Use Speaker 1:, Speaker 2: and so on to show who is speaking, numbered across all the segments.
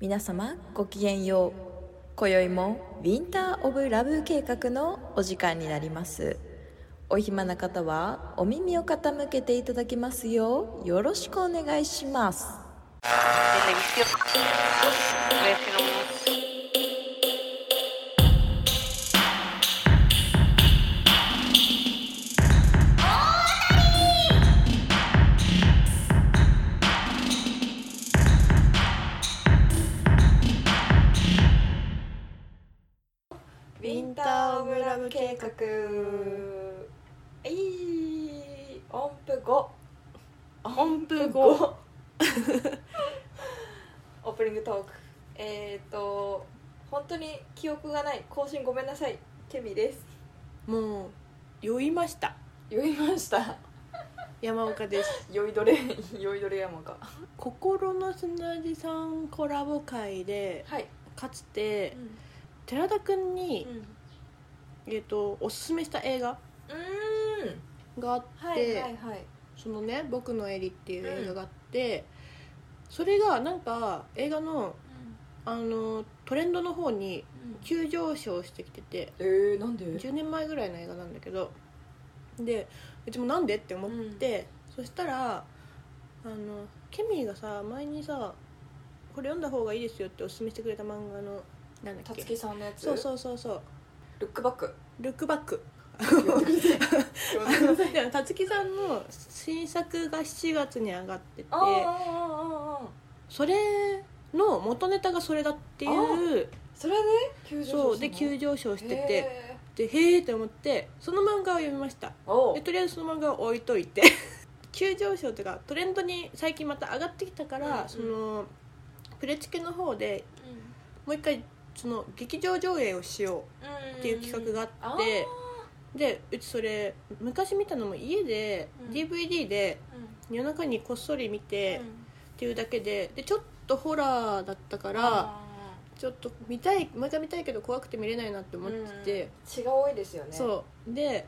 Speaker 1: 皆様ごきげんよう今宵もウィンター・オブ・ラブ計画のお時間になりますお暇な方はお耳を傾けていただきますようよろしくお願いします
Speaker 2: televisión, reaccionó
Speaker 1: ウィンター・オブ・ラブ計画えい音符5音符5オープニングトークえっ、ー、と本当に記憶がない更新ごめんなさいケミです
Speaker 3: もう酔いました
Speaker 1: 酔いました
Speaker 3: 山岡です
Speaker 1: 酔いどれ酔いどれ山か
Speaker 3: 心の砂地さんコラボ会で
Speaker 1: はい、
Speaker 3: かつて寺田君に、えっとおすすめした映画
Speaker 1: うんうん
Speaker 3: があって、
Speaker 1: はいはいはい
Speaker 3: そのね「僕のエリ」っていう映画があって、それがなんか映画のあのトレンドの方に急上昇してきてて
Speaker 1: えー、なんで
Speaker 3: 10年前ぐらいの映画なんだけどでうちもなんでって思って、そしたらあのケミーがさ前にさこれ読んだ方がいいですよっておすすめしてくれた漫画のなんだ
Speaker 1: た
Speaker 3: っ
Speaker 1: つ
Speaker 3: け
Speaker 1: きさんのやつ
Speaker 3: そうそうそうそう
Speaker 1: ルックバック
Speaker 3: 「ルックバッ ク
Speaker 1: 読んでください」
Speaker 3: でもたつきさんの新作が7月に上がってて
Speaker 1: あーあーあーあー
Speaker 3: それの元ネタがそれだっていう
Speaker 1: それで急上昇
Speaker 3: そうで急
Speaker 1: 上
Speaker 3: 上昇してて
Speaker 1: へ
Speaker 3: でへえって思ってその漫画を読みました
Speaker 1: ー、お
Speaker 3: でとりあえずその漫画を置いといて 急上昇というかトレンドに最近また上がってきたから、
Speaker 1: うんうん
Speaker 3: そのプレチケの方でもう一回その劇場上映をしようっていう企画
Speaker 1: が
Speaker 3: があって、でうちそれ昔見たのも家で、
Speaker 1: うん
Speaker 3: DVD で
Speaker 1: あー、うん
Speaker 3: 夜中にこっそり見て
Speaker 1: うん
Speaker 3: っていうだけででちょっとホラーだったから
Speaker 1: あー
Speaker 3: ちょっと見たいもう一回見たいけど怖くて見れないなって思ってて。
Speaker 1: うん血が多いですよねう
Speaker 3: そうで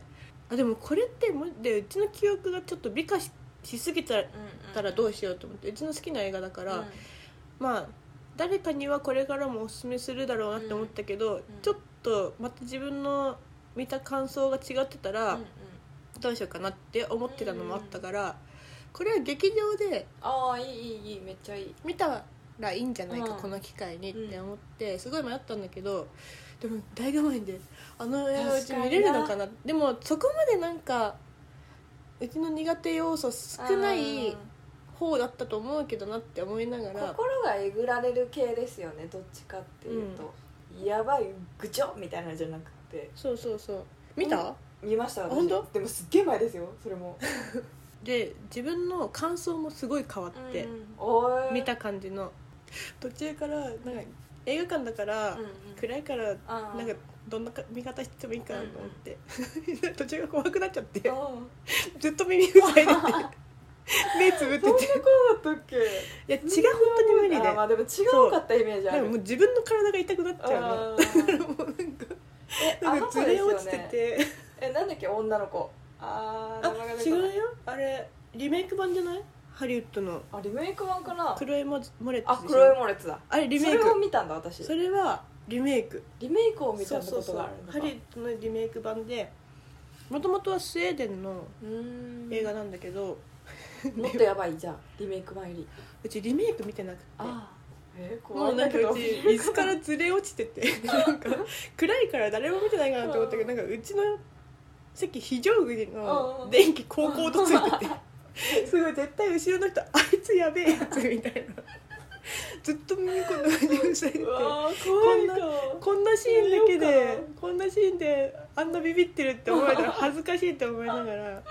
Speaker 3: あでもこれってもでうちの記憶がちょっと美化ししすぎたたらどうしようと思ってうちの好きな映画だか、
Speaker 1: から
Speaker 3: まあ誰かにはこれからもおすすめするだろうなって思ったけど、ちょっとまた自分の見た感想が違ってたら、どうしようかなって思ってたのもあったから、これは劇場で
Speaker 1: ああいいいいいいめっちゃいい
Speaker 3: 見たらいいんじゃないか、
Speaker 1: うん
Speaker 3: この機会にって思ってすごい迷ったんだけどでも大画面であの映画うち見れるのかなでもそこまでなんかうちの苦手要素少ない
Speaker 1: うん
Speaker 3: 方だったと思うけどなって思いながら
Speaker 1: 心がえぐられる系ですよねどっちかっていうと、やばいぐちょみたいなのじゃなくて
Speaker 3: そうそうそう見た、
Speaker 1: う見ました私
Speaker 3: 本当
Speaker 1: でもすっげえ前ですよそれも
Speaker 3: で自分の感想もすごい変わって、
Speaker 1: おーい
Speaker 3: 見た感じの途中からなんか映画館だから、
Speaker 1: うんうん
Speaker 3: 暗いから
Speaker 1: あー
Speaker 3: なんかどんなか見方してもいいかなと思って、 途中が怖くなっちゃって
Speaker 1: あー
Speaker 3: ずっと耳塞 いでて目つぶって
Speaker 1: そんな
Speaker 3: て
Speaker 1: 子だったっけ
Speaker 3: いや血が本当に無理で
Speaker 1: あーまあでも違うかったイメージあ
Speaker 3: なん
Speaker 1: る
Speaker 3: かもう自分の体が痛くなっちゃうの
Speaker 1: あー
Speaker 3: もうなんか
Speaker 1: えあの
Speaker 3: なんか
Speaker 1: 子
Speaker 3: ず
Speaker 1: で
Speaker 3: れ
Speaker 1: すよ
Speaker 3: 落ちて
Speaker 1: ね
Speaker 3: て
Speaker 1: えなんだっけ女の子あー
Speaker 3: あ
Speaker 1: 名前が出て
Speaker 3: 違
Speaker 1: こないう
Speaker 3: よあれリメイク版じゃないハリウッドの
Speaker 1: あリメイク版かな
Speaker 3: クロエモモレッ
Speaker 1: あ
Speaker 3: ツでし
Speaker 1: 黒い
Speaker 3: ょ
Speaker 1: モレツだ
Speaker 3: あれリ
Speaker 1: そ
Speaker 3: メイ
Speaker 1: れを
Speaker 3: ク
Speaker 1: 見たんだ私
Speaker 3: それはリメイク
Speaker 1: リメイクを見
Speaker 3: そ
Speaker 1: た
Speaker 3: う
Speaker 1: って
Speaker 3: そ
Speaker 1: こ
Speaker 3: うそ
Speaker 1: と
Speaker 3: う
Speaker 1: があ
Speaker 3: ハ
Speaker 1: るのか
Speaker 3: リウッドのリメイク版でもともとはスウェーデンの
Speaker 1: うーん
Speaker 3: 映画なんだけど、
Speaker 1: もっとやばいじゃんリメイク版より
Speaker 3: うちリメイク見てなくて
Speaker 1: あえー、怖い
Speaker 3: も
Speaker 1: うう
Speaker 3: な
Speaker 1: だ
Speaker 3: んか
Speaker 1: け
Speaker 3: う
Speaker 1: ど
Speaker 3: ち椅子からずれ落ち ててなんか暗いから誰も見てないかなと思ったけどなんかうちの席非常口
Speaker 1: う
Speaker 3: の
Speaker 1: ん
Speaker 3: 電気こうこうとつい ててすごい絶対後ろの人あいつやべえやつみたいなずっと耳こんな感じにされてて
Speaker 1: うわー怖いか
Speaker 3: こんなシーンだけ
Speaker 1: やめよ
Speaker 3: でこんなシーンであんなビビってるって思えたら恥ずかしいって思いながら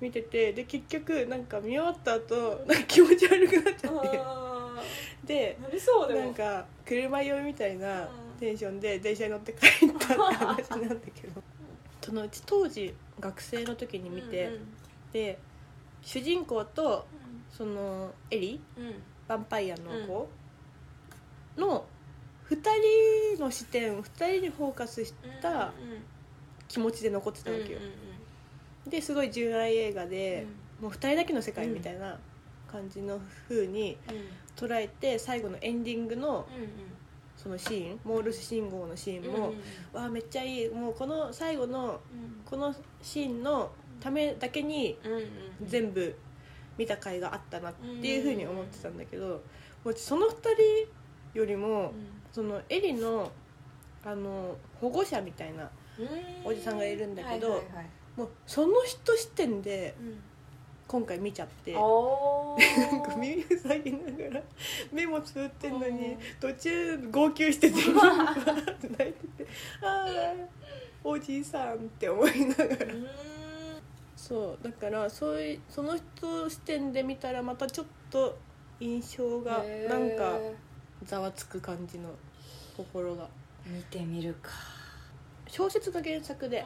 Speaker 3: 見ててで結局なんか見終わった後なんか気持ち悪くなっちゃって
Speaker 1: あ
Speaker 3: で
Speaker 1: ーなりそうでも
Speaker 3: なんか車酔いみたいな
Speaker 1: うん
Speaker 3: テンションで電車に乗って帰ったって話なんだけど そのうち当時学生の時に見て、
Speaker 1: うん
Speaker 3: で主人公とそのエリ
Speaker 1: うんうん
Speaker 3: ヴァンパイアの子の2人の視点2人にフォーカスした気持ちで残ってたわけよ、
Speaker 1: うんうんうん
Speaker 3: ですごい純愛映画
Speaker 1: うん
Speaker 3: で、もう2人だけの世界みたいな感じの風に捉えて最後のエンディングのそのシーンモールス信号のシーンも、わあめっちゃいいもうこの最後のこのシーンのためだけに全部見た回があったなっていうふうに思ってたんだけどもうその2人よりもそのエリのあの保護者みたいなおじさんがいるんだけど
Speaker 4: はいはいはい
Speaker 3: もうその人視点で
Speaker 4: うん
Speaker 3: 今回見ちゃって
Speaker 4: おー
Speaker 3: なんか耳塞ぎながら目もつぶってんのに途中号泣しててわーって泣いててああおじいさんって思いなが
Speaker 4: う
Speaker 3: ら
Speaker 4: ーん
Speaker 3: そうだからそういうその人視点で見たらまたちょっと印象が
Speaker 4: へー
Speaker 3: なんかざわつく感じの心が
Speaker 4: 見てみるか
Speaker 3: 小説が原作で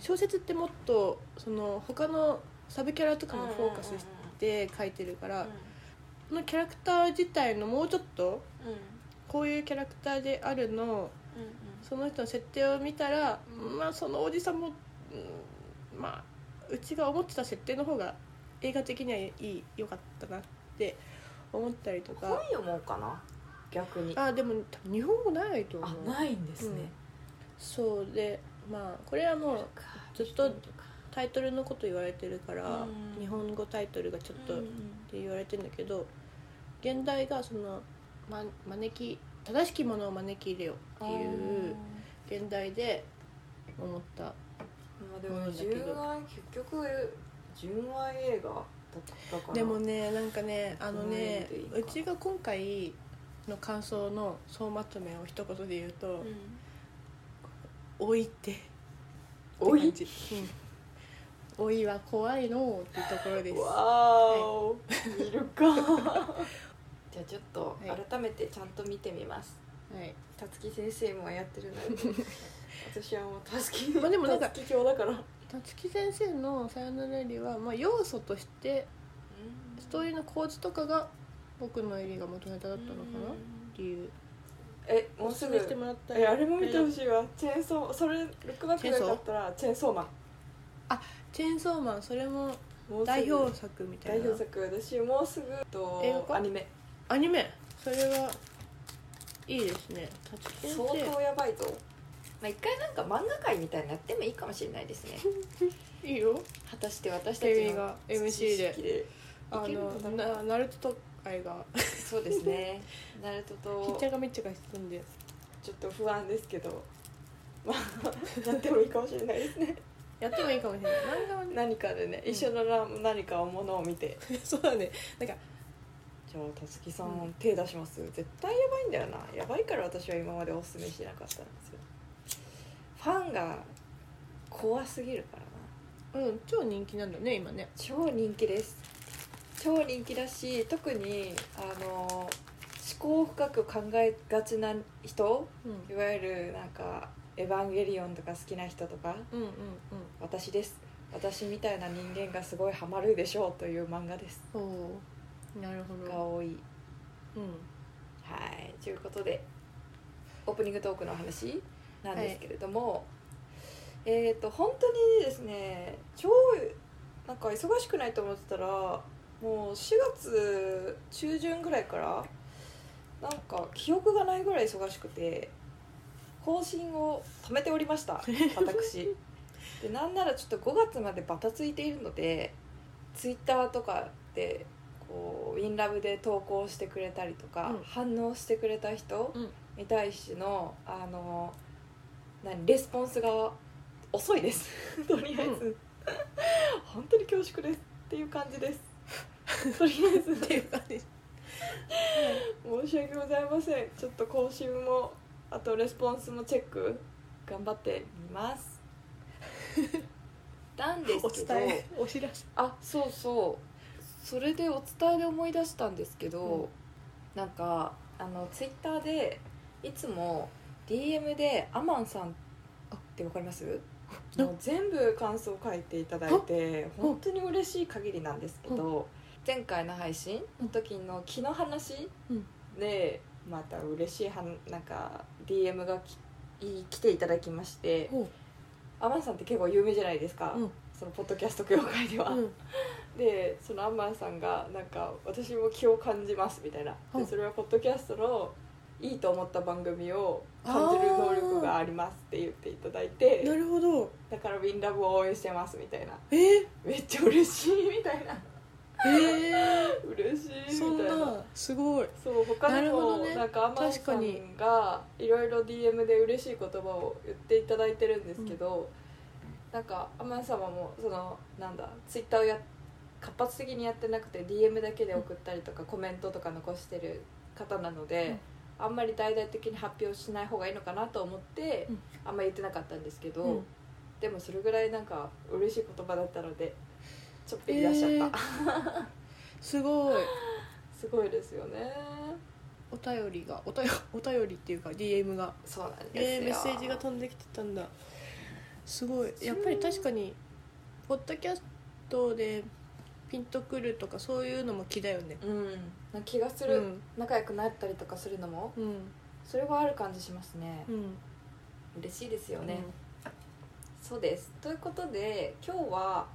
Speaker 3: 小説ってもっとその他のサブキャラとかもフォーカスして書いてるからそのキャラクター自体のもうちょっとこういうキャラクターであるのその人の設定を見たらまあそのおじさんも、うんまあうちが思ってた設定の方が映画的にはいい良かったなって思ったりと
Speaker 4: 本
Speaker 3: か
Speaker 4: 読もうかな逆にあ
Speaker 3: あでも多分日本語ないと思う
Speaker 4: ないんですね
Speaker 3: そうでまあこれはもうずっとタイトルのこと言われてるから、
Speaker 4: うん
Speaker 3: 日本語タイトルがちょっと、
Speaker 4: うん
Speaker 3: って言われてんだけど現代がその、ま、招き正しきものを招き入れよっていう現代で思った
Speaker 4: まあでも純愛結局純愛映画だったから
Speaker 3: でもねなんかねあのね
Speaker 4: この絵でいいか
Speaker 3: うちが今回の感想の総まとめを一言で言うと「老いて」
Speaker 4: おい
Speaker 3: って感じうん、老いは怖いのうっていうところです
Speaker 4: わーお見るかじゃあちょっと
Speaker 3: はい
Speaker 4: 改めてちゃんと見てみます
Speaker 3: はい
Speaker 4: たつき先生もやってるので私はもうたつき
Speaker 3: まあでもなんか
Speaker 4: たつき教だから
Speaker 3: 夏木先生の「さよならよりは」まあ、要素としてストーリーの構図とかが僕のエリが元ネタだったのかなっていう
Speaker 4: えもうすぐ
Speaker 3: お勧め してもらった
Speaker 4: えあれも見てほ
Speaker 3: い
Speaker 4: しいわチェーンソーそれルックバックがよかったらチェーンソーマン
Speaker 3: チェーンソーマンそれも
Speaker 4: もうすぐ
Speaker 3: 代表作みた
Speaker 4: 代
Speaker 3: いな
Speaker 4: 表作私もうすぐと
Speaker 3: 映画化
Speaker 4: アニメ
Speaker 3: アニメそれはいいですね夏木先
Speaker 4: 相
Speaker 3: 生
Speaker 4: 当やばいぞまあ一回なんか漫画界みたいになってもいいかもしれないですね
Speaker 3: いいよ
Speaker 4: 果たして私た
Speaker 3: エ
Speaker 4: ち
Speaker 3: ミ
Speaker 4: の
Speaker 3: が MC
Speaker 4: 知
Speaker 3: で
Speaker 4: 識で
Speaker 3: あ
Speaker 4: いける
Speaker 3: の
Speaker 4: のかな
Speaker 3: なナルトと愛が
Speaker 4: そうです ねナルト
Speaker 3: ひっ
Speaker 4: と
Speaker 3: ちゃがめっちゃがしてたんで
Speaker 4: ちょっと不安ですけどまあなってもいいかもしれないですね
Speaker 3: やってもいいかもしれない漫画はね
Speaker 4: 何かでね一緒のら何かをものを見て
Speaker 3: そうだねなんか
Speaker 4: じゃあたつきさん、手出します絶対やばいんだよなやばいから私は今までおすすめしなかったんですよファンが怖すぎるからな
Speaker 3: うん超人気なんだね今ね
Speaker 4: 超人気です超人気だし特にあの思考深く考えがちな人
Speaker 3: うん
Speaker 4: いわゆるなんか「エヴァンゲリオン」とか好きな人とか
Speaker 3: うんうんうん
Speaker 4: 「私です私みたいな人間がすごいハマるでしょう」という漫画です
Speaker 3: おおーなるほ
Speaker 4: が
Speaker 3: ど
Speaker 4: 多い
Speaker 3: うん
Speaker 4: はいということでオープニングトークの話なんですけれども、えっ、と本当にですね超なんか忙しくないと思ってたらもう4月中旬ぐらいからなんか記憶がないぐらい忙しくて更新を止めておりました私でなんならちょっと5月までバタついているのでツイッターとかでこう「ウィンラブで投稿してくれたりとか、
Speaker 3: うん
Speaker 4: 反応してくれた人
Speaker 3: うん
Speaker 4: に対しての、あの何レスポンスが遅いです とりあえず、本当に恐縮ですっていう感じです とりあえず
Speaker 3: っていう感じ
Speaker 4: 申し訳ございませんちょっと更新もあとレスポンスもチェック頑張ってみます なんです
Speaker 3: お
Speaker 4: け
Speaker 3: 伝
Speaker 4: ど
Speaker 3: えお知らせ
Speaker 4: あそうそうそれでお伝えで思い出したんですけど、
Speaker 3: うん
Speaker 4: なんかあのツイッターでいつも DM でアマンさんってわかります
Speaker 3: あ
Speaker 4: もう全部感想を書いていただいて
Speaker 3: あ
Speaker 4: 本当に嬉しい限りなんですけど前回の配信の時の気の話
Speaker 3: うん
Speaker 4: でまた嬉しいはなんか DM がきい来ていただきまして
Speaker 3: おう
Speaker 4: アマンさんって結構有名じゃないですか、
Speaker 3: うん
Speaker 4: そのポッドキャスト協会では、
Speaker 3: うん
Speaker 4: でそのアンマーさんがなんか私も気を感じますみたいな
Speaker 3: う
Speaker 4: で
Speaker 3: ん
Speaker 4: それはポッドキャストのいいと思った番組を感じる能力がありますって言っていただいて
Speaker 3: なるほど
Speaker 4: だから「ウィンラブを応援してますみたいな
Speaker 3: えー、
Speaker 4: めっちゃ嬉しいみたいな
Speaker 3: え
Speaker 4: 嬉しい
Speaker 3: ー、そ
Speaker 4: み
Speaker 3: ん
Speaker 4: たいな
Speaker 3: なすごい
Speaker 4: そう他に
Speaker 3: なるほ
Speaker 4: も
Speaker 3: どね
Speaker 4: なんかアマン
Speaker 3: 確か
Speaker 4: さ
Speaker 3: に
Speaker 4: んがいろいろ DM で嬉しい言葉を言っていただいてるんですけど、なんかアマン様もそのなんだツイッターをや活発的にやってなくて DM だけで送ったりとかコメントとか残してる方なので、あんまり大々的に発表しない方がいいのかなと思って、
Speaker 3: うん
Speaker 4: あんまり言ってなかったんですけど、
Speaker 3: うん
Speaker 4: でもそれぐらいなんか嬉しい言葉だったのでちょっぴり出しちゃった、
Speaker 3: すごい
Speaker 4: すごいですよね
Speaker 3: お便りがお便 お便りっていうか DM が
Speaker 4: そうなんですよ、
Speaker 3: えー、メッセージが飛んできてたんだすごいやっぱり確かにポッドキャストでピンとくるとかそういうのも気だよね
Speaker 4: うん、なんか気がす
Speaker 3: う
Speaker 4: る、
Speaker 3: ん
Speaker 4: 仲良くなったりとかするのも
Speaker 3: うん
Speaker 4: それはある感じしますね
Speaker 3: う、ん
Speaker 4: 嬉しいですよね、そうですということで今日は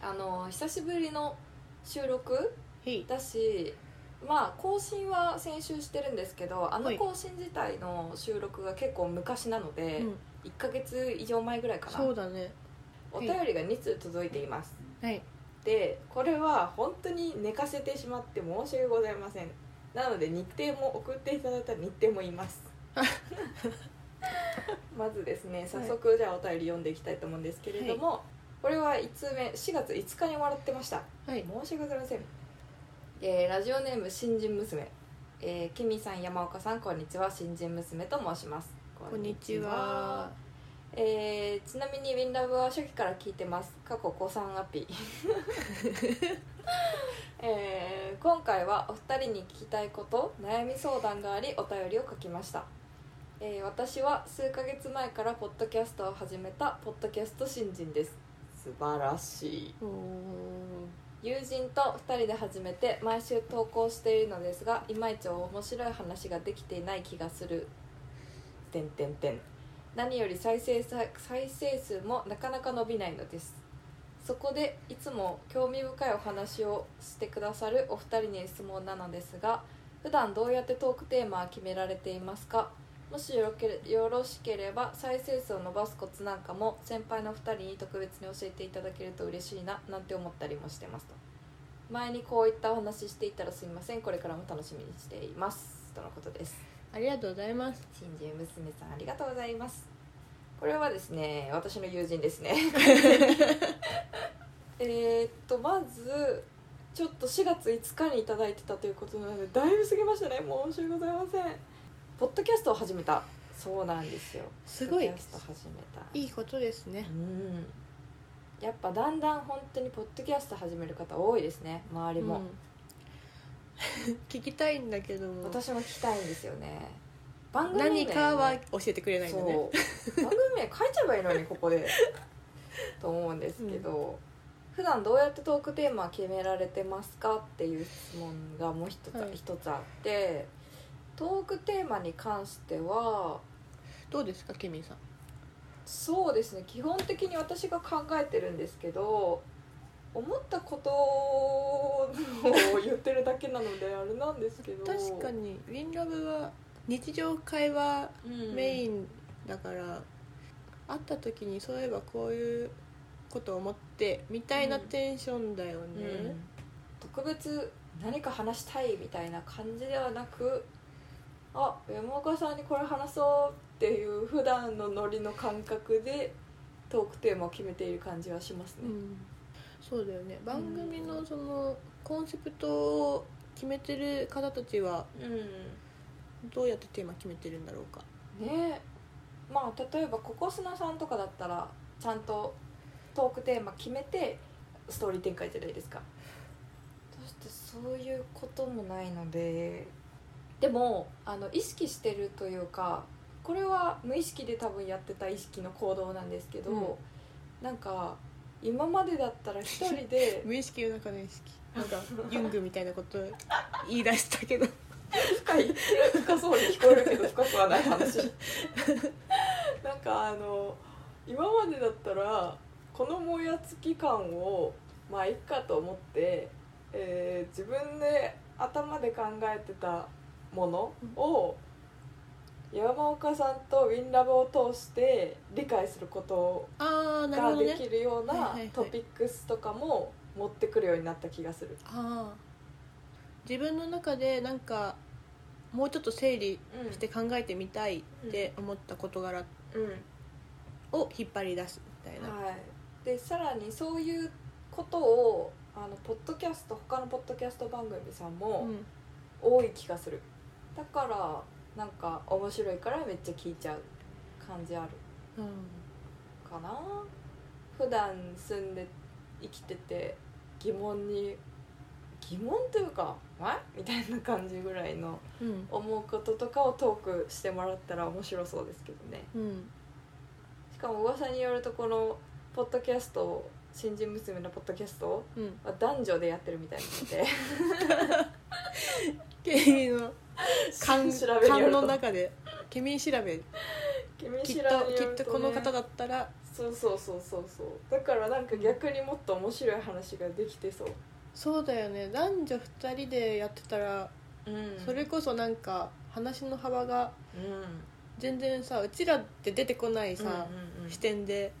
Speaker 4: あの久しぶりの収録
Speaker 3: へい
Speaker 4: だしまあ更新は先週してるんですけどあの
Speaker 3: はい
Speaker 4: 更新自体の収録が結構昔なので、
Speaker 3: うん
Speaker 4: 1ヶ月以上前ぐらいかな
Speaker 3: そうだね
Speaker 4: お便りが2通届いています
Speaker 3: はい
Speaker 4: でこれは本当に寝かせてしまって申し訳ございませんなので日程も送っていただいた日程も言います まずですね早速じゃあお便り読んでいきたいと思うんですけれども、これは1通目4月5日にもらってました
Speaker 3: はい
Speaker 4: 申し訳ございません、えーラジオネーム新人娘、えー、キミさん山岡さんこんにちは新人娘と申します
Speaker 3: こんにちは
Speaker 4: えーちなみに「ウィンラブは初期から聞いてます過去子さんアピ、 えー今回はお二人に聞きたいこと悩み相談がありお便りを書きました、えー私は数ヶ月前からポッドキャストを始めたポッドキャスト新人です素晴らしい
Speaker 3: おー
Speaker 4: 友人と2人で始めて毎週投稿しているのですがいまいち面白い話ができていない気がするてんてんてん何より再生さ再生数もなかなか伸びないのですそこでいつも興味深いお話をしてくださるお二人に質問なのですが普段どうやってトークテーマは決められていますかもしよろけれよろしければ再生数を伸ばすコツなんかも先輩の2人に特別に教えていただけると嬉しいななんて思ったりもしてますと前にこういったお話ししていたらすみませんこれからも楽しみにしていますとのことです
Speaker 3: ありがとうございます
Speaker 4: 新人娘さんありがとうございますこれはですね私の友人です ねえーっとまずちょっと4月5日にいただいてたということなのでだいぶ過ぎましたね申し訳ございませんポッドキャストを始めたそうなんですよ
Speaker 3: すごい
Speaker 4: ポッドキャスト始めた
Speaker 3: いいことですね
Speaker 4: うんやっぱだんだん本当にポッドキャスト始める方多いですね周りも、
Speaker 3: うん聞きたいんだけども
Speaker 4: 私も聞きたいんですよね番組名
Speaker 3: 何かは教えてくれないん
Speaker 4: そ
Speaker 3: だ
Speaker 4: う
Speaker 3: ね
Speaker 4: 番組名書いちゃえばいいのにここ でと思うんですけど、普段どうやってトークテーマ決められてますかっていう質問がもう一つ,、
Speaker 3: はい
Speaker 4: 一つあってトークテーマに関しては
Speaker 3: どうですかケミンさん
Speaker 4: そうですね基本的に私が考えてるんですけど思ったことを言ってるだけなのであれなんですけど
Speaker 3: 確かに「ウィンラブは日常会話メイ
Speaker 4: ン
Speaker 3: ンだから、会った時にそういえばこういうことを思ってみたいな
Speaker 4: うん
Speaker 3: テンションだよね、
Speaker 4: 特別何か話したいみたいな感じではなくあ山岡さんにこれ話そうっていう普段のノリの感覚でトークテーマを決めている感じはします
Speaker 3: う
Speaker 4: ね、
Speaker 3: んそうだよね番組のそのコンセプトを決めてる方たちは
Speaker 4: うん
Speaker 3: どうやってテーマ決めてるんだろうか
Speaker 4: ねまあ例えばココスナさんとかだったらちゃんとトークテーマ決めてストーリー展開じゃないですかそしてそういうこともないのででもあの意識してるというかこれは無意識で多分やってた意識の行動なんですけど、
Speaker 3: うん
Speaker 4: なんか今までだったら一人 で
Speaker 3: 無意識の中の意識なんかユングみたいなこと言い出したけど
Speaker 4: 深い深そうに聞こえるけど深くはない 話なんかあの今までだったらこのもやつき感をまあいっかと思って、えー自分で頭で考えてたものを山岡さんとウィンラボを通して理解すること
Speaker 3: ああなる
Speaker 4: が
Speaker 3: ほど
Speaker 4: で
Speaker 3: ね
Speaker 4: きるよう
Speaker 3: はい
Speaker 4: な
Speaker 3: はいはい
Speaker 4: トピックスとかも持ってくるようになった気がする。
Speaker 3: ああ自分の中でなんかもうちょっと整理して考えてみたいって思った事柄
Speaker 4: うん
Speaker 3: を引っ張り出すみたいな、
Speaker 4: はい、でさらにそういうことをあのポッドキャスト他のポッドキャスト番組さんも
Speaker 3: うん
Speaker 4: 多い気がする、だからなんか面白いからめっちゃ聞いちゃう感じある
Speaker 3: うん
Speaker 4: かな普段住んで生きてて疑問に疑問というか「えみたいな感じぐらいの
Speaker 3: うん
Speaker 4: 思うこととかをトークしてもらったら面白そうですけどね
Speaker 3: うん
Speaker 4: しかも噂によるとこのポッドキャスト新人娘のポッドキャスト
Speaker 3: うん
Speaker 4: は男女でやってるみたいなので
Speaker 3: ケミの勘
Speaker 4: 調べによ
Speaker 3: 勘
Speaker 4: ると
Speaker 3: の中でケミ調べ
Speaker 4: 君
Speaker 3: きっ
Speaker 4: 知らん
Speaker 3: と
Speaker 4: よ
Speaker 3: きっとこの方
Speaker 4: ね
Speaker 3: だったら
Speaker 4: そうそうそうそうそうだからなんか逆にもっと面白い話ができてそう、
Speaker 3: そうだよね男女2人でやってたら
Speaker 4: うん
Speaker 3: それこそなんか話の幅が
Speaker 4: うん
Speaker 3: 全然さうちらって出てこないさ、
Speaker 4: うんうんうん
Speaker 3: 視点で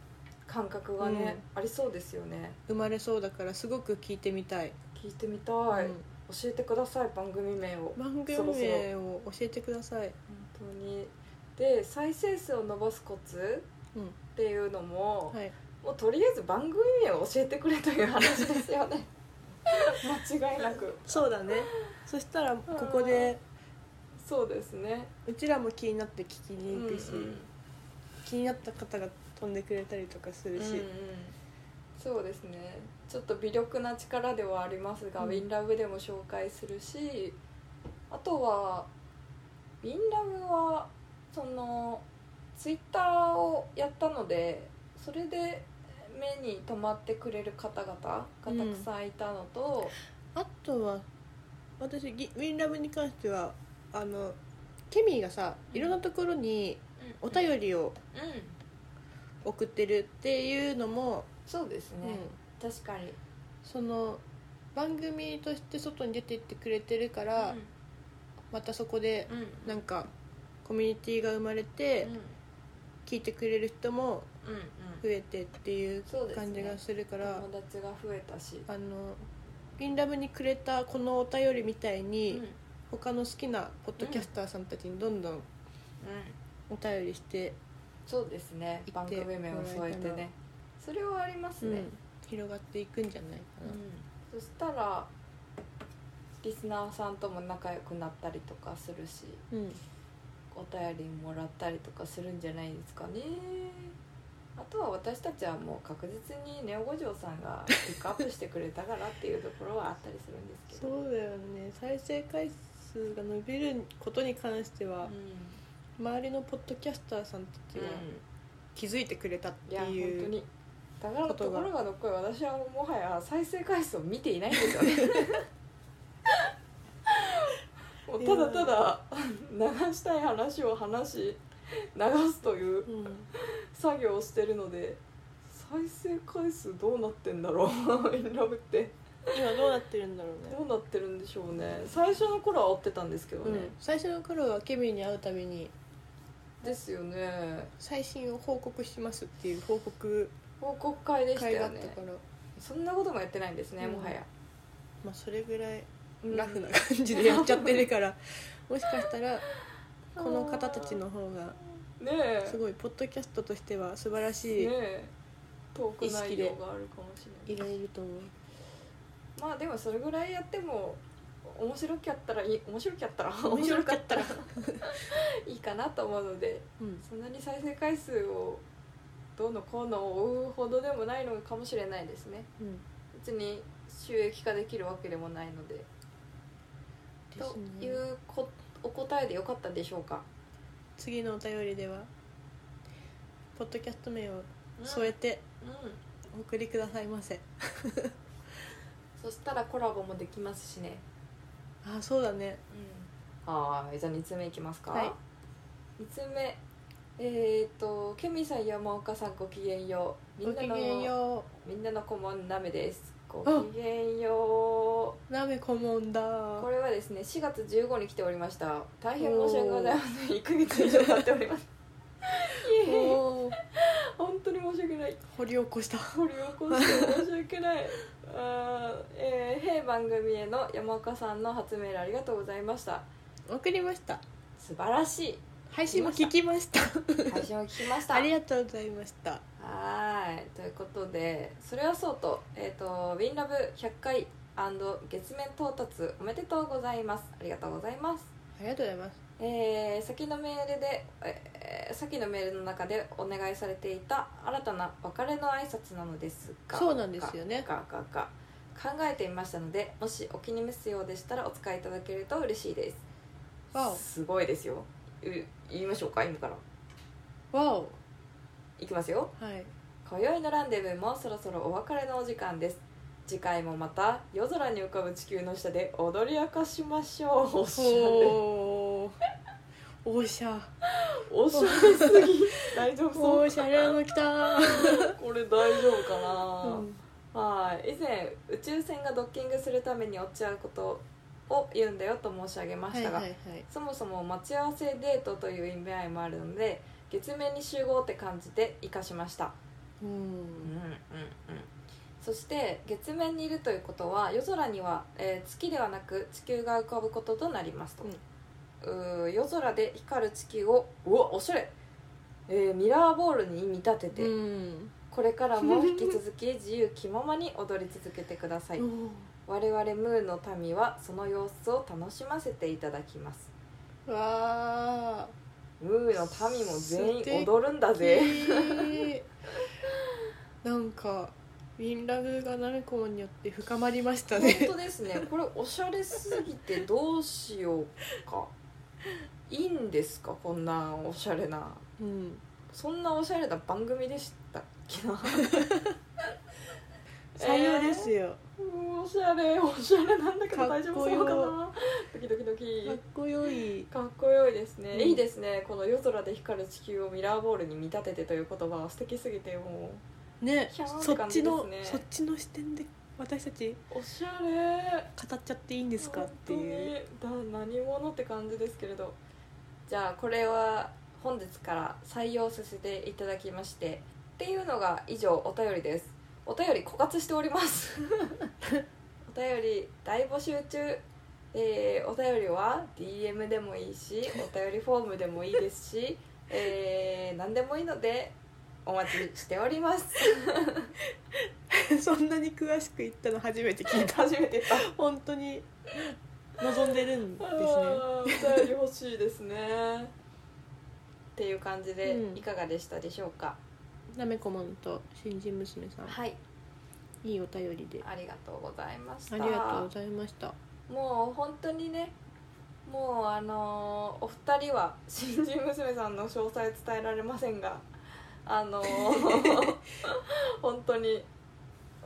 Speaker 4: 感覚がね、ありそうですよね
Speaker 3: 生まれそうだからすごく聞いてみたい、
Speaker 4: 聞いてみたい、
Speaker 3: うん
Speaker 4: 教えてください番組名を
Speaker 3: 番組
Speaker 4: そろそろ
Speaker 3: 名を教えてください
Speaker 4: 本当にで再生数を伸ばすコツ
Speaker 3: う
Speaker 4: っていうのも、
Speaker 3: んはい
Speaker 4: もうとりあえず番組名を教えてくれという話ですよね 間違いなく
Speaker 3: そうだねそしたらここで
Speaker 4: そうですね
Speaker 3: うちらも気になって聞きに行くし、
Speaker 4: うんうん
Speaker 3: 気になった方が飛んでくれたりとかするし、
Speaker 4: うんうんそうですねちょっと微力な力ではありますが、
Speaker 3: うん
Speaker 4: ウィンラブでも紹介するしあとはウィンラブはそのツイッターをやったのでそれで目に留まってくれる方々がたくさんいたのと、
Speaker 3: あとは私ギウィンラブに関してはあのケミーがさいろんなところにお
Speaker 4: り、
Speaker 3: 便りを
Speaker 4: うん、
Speaker 3: 送ってるっていうのも、
Speaker 4: そうですね
Speaker 3: うん、
Speaker 4: 確かに
Speaker 3: その番組として外に出ていってくれてるから、またそこで
Speaker 4: うん
Speaker 3: なんかコミュニティが生まれて、
Speaker 4: うん
Speaker 3: 聞いてくれる人も
Speaker 4: うんうん
Speaker 3: 増えてっていう
Speaker 4: そうですね
Speaker 3: 感じがするから、
Speaker 4: 友達が増えたし、
Speaker 3: あのウィンラブにくれたこのお便りみたいに、
Speaker 4: うん
Speaker 3: 他の好きなポッドキャスターさんたちにどんどんお便りして、
Speaker 4: そうですね
Speaker 3: 行
Speaker 4: 番
Speaker 3: って
Speaker 4: 組名を添えて
Speaker 3: もらえたら
Speaker 4: ねそれはありますね、
Speaker 3: 広がっていくんじゃないか
Speaker 4: うんそしたらリスナーさんとも仲良くなったりとかするし
Speaker 3: な、うん
Speaker 4: お便りもらったりとかするんじゃないですかねあとは私たちはもう確実にネオ五条さんがピックアップしてくれたからっていうところはあったりするんですけど
Speaker 3: そうだよね再生回数が伸びることに関しては
Speaker 4: う、
Speaker 3: 周りのポッドキャスターさんたち
Speaker 4: ん、
Speaker 3: が気づいてくれたっ
Speaker 4: い
Speaker 3: て
Speaker 4: や本
Speaker 3: いう、
Speaker 4: 当にだから
Speaker 3: こと
Speaker 4: と
Speaker 3: が
Speaker 4: ころがどっこい私はもはや再生回数を見て いないんですよねもうただただ流したい話を話し流すという
Speaker 3: うん
Speaker 4: 作業をしてるので再生回数どうなってんだろう インラブって
Speaker 3: 今どうなってるんだろうね
Speaker 4: どうなってるんでしょうね最初の頃は追ってたんですけど
Speaker 3: う
Speaker 4: ね
Speaker 3: ん、最初の頃はケミに会うたびに
Speaker 4: ですよね
Speaker 3: 最新を報告しますっていう報告
Speaker 4: 報告会でした
Speaker 3: 会があ
Speaker 4: よ
Speaker 3: った
Speaker 4: ね
Speaker 3: から、
Speaker 4: そんなこともやってないんですね、
Speaker 3: うん
Speaker 4: もはや
Speaker 3: まあ、それぐらいラフな感じでやっちゃってるから、 もしかしたらこの方たちの方が
Speaker 4: ねえ
Speaker 3: すごいポッドキャストとしては素晴らしい、
Speaker 4: ねえトーク内容があるかもしれ
Speaker 3: い
Speaker 4: ない
Speaker 3: られると思う
Speaker 4: まあでもそれぐらいやっても面白きゃったらいい面白きゃったら
Speaker 3: 面白かったら
Speaker 4: いいかなと思うので
Speaker 3: うん
Speaker 4: そんなに再生回数をどうのこうのを追うほどでもないのかもしれないですね
Speaker 3: うん
Speaker 4: 別に収益化できるわけでもないので
Speaker 3: です
Speaker 4: とい
Speaker 3: ね
Speaker 4: うこお答えでよかったでしょうか、
Speaker 3: 次のお便りではポッドキャスト名を添えて
Speaker 4: うん、
Speaker 3: お送りくださいませ、
Speaker 4: そしたらコラボもできますしね
Speaker 3: あそうだね
Speaker 4: はーいじゃあ2つ目いきますか、
Speaker 3: はい
Speaker 4: 2つ目えー、っとケミさん山岡さんごきげんようみ
Speaker 3: ご
Speaker 4: んな
Speaker 3: き
Speaker 4: の
Speaker 3: げんよ
Speaker 4: みんなの顧問なめですご
Speaker 3: あ
Speaker 4: きげんよ
Speaker 3: うなめこもんだ
Speaker 4: うこれはですね4月15に来ておりました大変申し訳ございません1ヶ月以上経っております いえいえ
Speaker 3: おー
Speaker 4: 本当に申し訳ない
Speaker 3: 掘り起こした
Speaker 4: これをこうして申し訳ない あー、えー、平番組への山岡さんの発明ありがとうございました
Speaker 3: 送りました
Speaker 4: 素晴らしい
Speaker 3: 配信も聞きま した
Speaker 4: 配信を聞きました
Speaker 3: ありがとうございました
Speaker 4: はーいということでそれはそうと,、えー、と「ウィンラブ100回月面到達おめでとうございます」ありがとうございます
Speaker 3: ありがとうございます
Speaker 4: えー先のメールで、えー先のメールの中でお願いされていた新たな別れの挨拶なのですが
Speaker 3: そうなんですよね
Speaker 4: ががが考えてみましたのでもしお気に召すようでしたらお使いいただけると嬉しいです
Speaker 3: わお
Speaker 4: すごいですよう言いましょうか今から
Speaker 3: わお
Speaker 4: いきますよ
Speaker 3: はい
Speaker 4: 今宵のランデブーもそろそろお別れのお時間です次回もまた夜空に浮かぶ地球の下で踊り明かしましょうおしゃれ
Speaker 3: おーおしゃ
Speaker 4: おしゃれすぎ大丈夫そう
Speaker 3: おしゃれのきた
Speaker 4: これ大丈夫かな、
Speaker 3: うん
Speaker 4: はい以前宇宙船がドッキングするために落ち合うことを言うんだよと申し上げま
Speaker 3: は
Speaker 4: し
Speaker 3: い
Speaker 4: た
Speaker 3: はい
Speaker 4: が、
Speaker 3: はい
Speaker 4: そもそも待ち合わせデートという意味合いもあるので月面に集合って感じで生かしましたう
Speaker 3: う
Speaker 4: んうん
Speaker 3: ん
Speaker 4: うんそして月面にいるということは夜空には、えー月ではなく地球が浮かぶこととなりますと、うー夜空で光る地球をうわおしゃれ、えーミラーボールに見立てて、
Speaker 3: うん
Speaker 4: これから も引き続き自由気ままに踊り続けてください我々ムーンの民はその様子を楽しませていただきます
Speaker 3: おわ
Speaker 4: ムーンの民も全
Speaker 3: 素敵
Speaker 4: 員踊るんだ
Speaker 3: ー
Speaker 4: ぜ
Speaker 3: へー なんかウィンラブがなめこもんによって深まりました
Speaker 4: 本
Speaker 3: ね
Speaker 4: 当ですねこれおしゃれすぎてどうしようかいいんですかこんなおしゃれな
Speaker 3: うん
Speaker 4: そんなおしゃれな番組でしたっけな
Speaker 3: 採用ですよ、
Speaker 4: うんおしゃれおしゃれなんだけど大丈夫そうか
Speaker 3: か
Speaker 4: なドキドキドキ
Speaker 3: かっこよい
Speaker 4: かっこよいですね、
Speaker 3: うん
Speaker 4: いいですねこの夜空で光る地球をミラーボールに見立ててという言葉は素敵すぎても
Speaker 3: ね
Speaker 4: キャーンっ
Speaker 3: そ
Speaker 4: て
Speaker 3: っ
Speaker 4: 感
Speaker 3: ち
Speaker 4: じで
Speaker 3: の、
Speaker 4: すね
Speaker 3: そっちの視点で私たち
Speaker 4: うおしゃれ
Speaker 3: 語っちゃっていいんですかっていう
Speaker 4: 本当にだ何者って感じですけれどじゃあこれは本日から採用させていただきましてっていうのが以上お便りですお便り枯渇しております お便り大募集中えーお便りは DM でもいいしお便りフォームでもいいですし、えー何でもいいのでお待ちしております
Speaker 3: そんなに詳しく言ったの 初めて聞 いた
Speaker 4: 初めて言った
Speaker 3: 本当に望んでるんですね
Speaker 4: あーお便り欲しいです ねっていう感じで
Speaker 3: うん
Speaker 4: いかがでしたでしょうか、
Speaker 3: なめこもんと新人娘さん
Speaker 4: はい
Speaker 3: いいお便りであ
Speaker 4: ありがとうございました
Speaker 3: りがとうございました
Speaker 4: もう本当にねもうあのーお二人は新人娘さんの詳細伝えられませんがあの ー本当に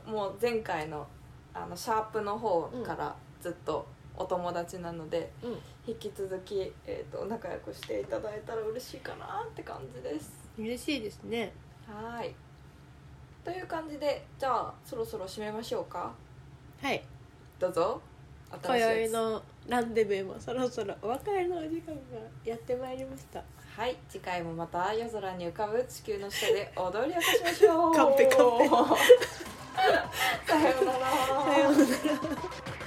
Speaker 4: もう前回のあのシャープの方からずっとお友達なので、
Speaker 3: うん
Speaker 4: 引き続き、えー、と仲良くしていただいたら嬉しいかなって感じです
Speaker 3: 嬉しいですね
Speaker 4: はーいという感じでじゃあそろそろ締めましょうか
Speaker 3: はい
Speaker 4: どうぞ
Speaker 3: 今
Speaker 4: やつ
Speaker 3: 宵のランデブーもそろそろお別れのお時間がやってまいりま した
Speaker 4: はい、次回もまた夜空に浮かぶ地球の下で踊り明かしまし ょう。
Speaker 3: カンペカンペ
Speaker 4: さようなら。
Speaker 3: さようなら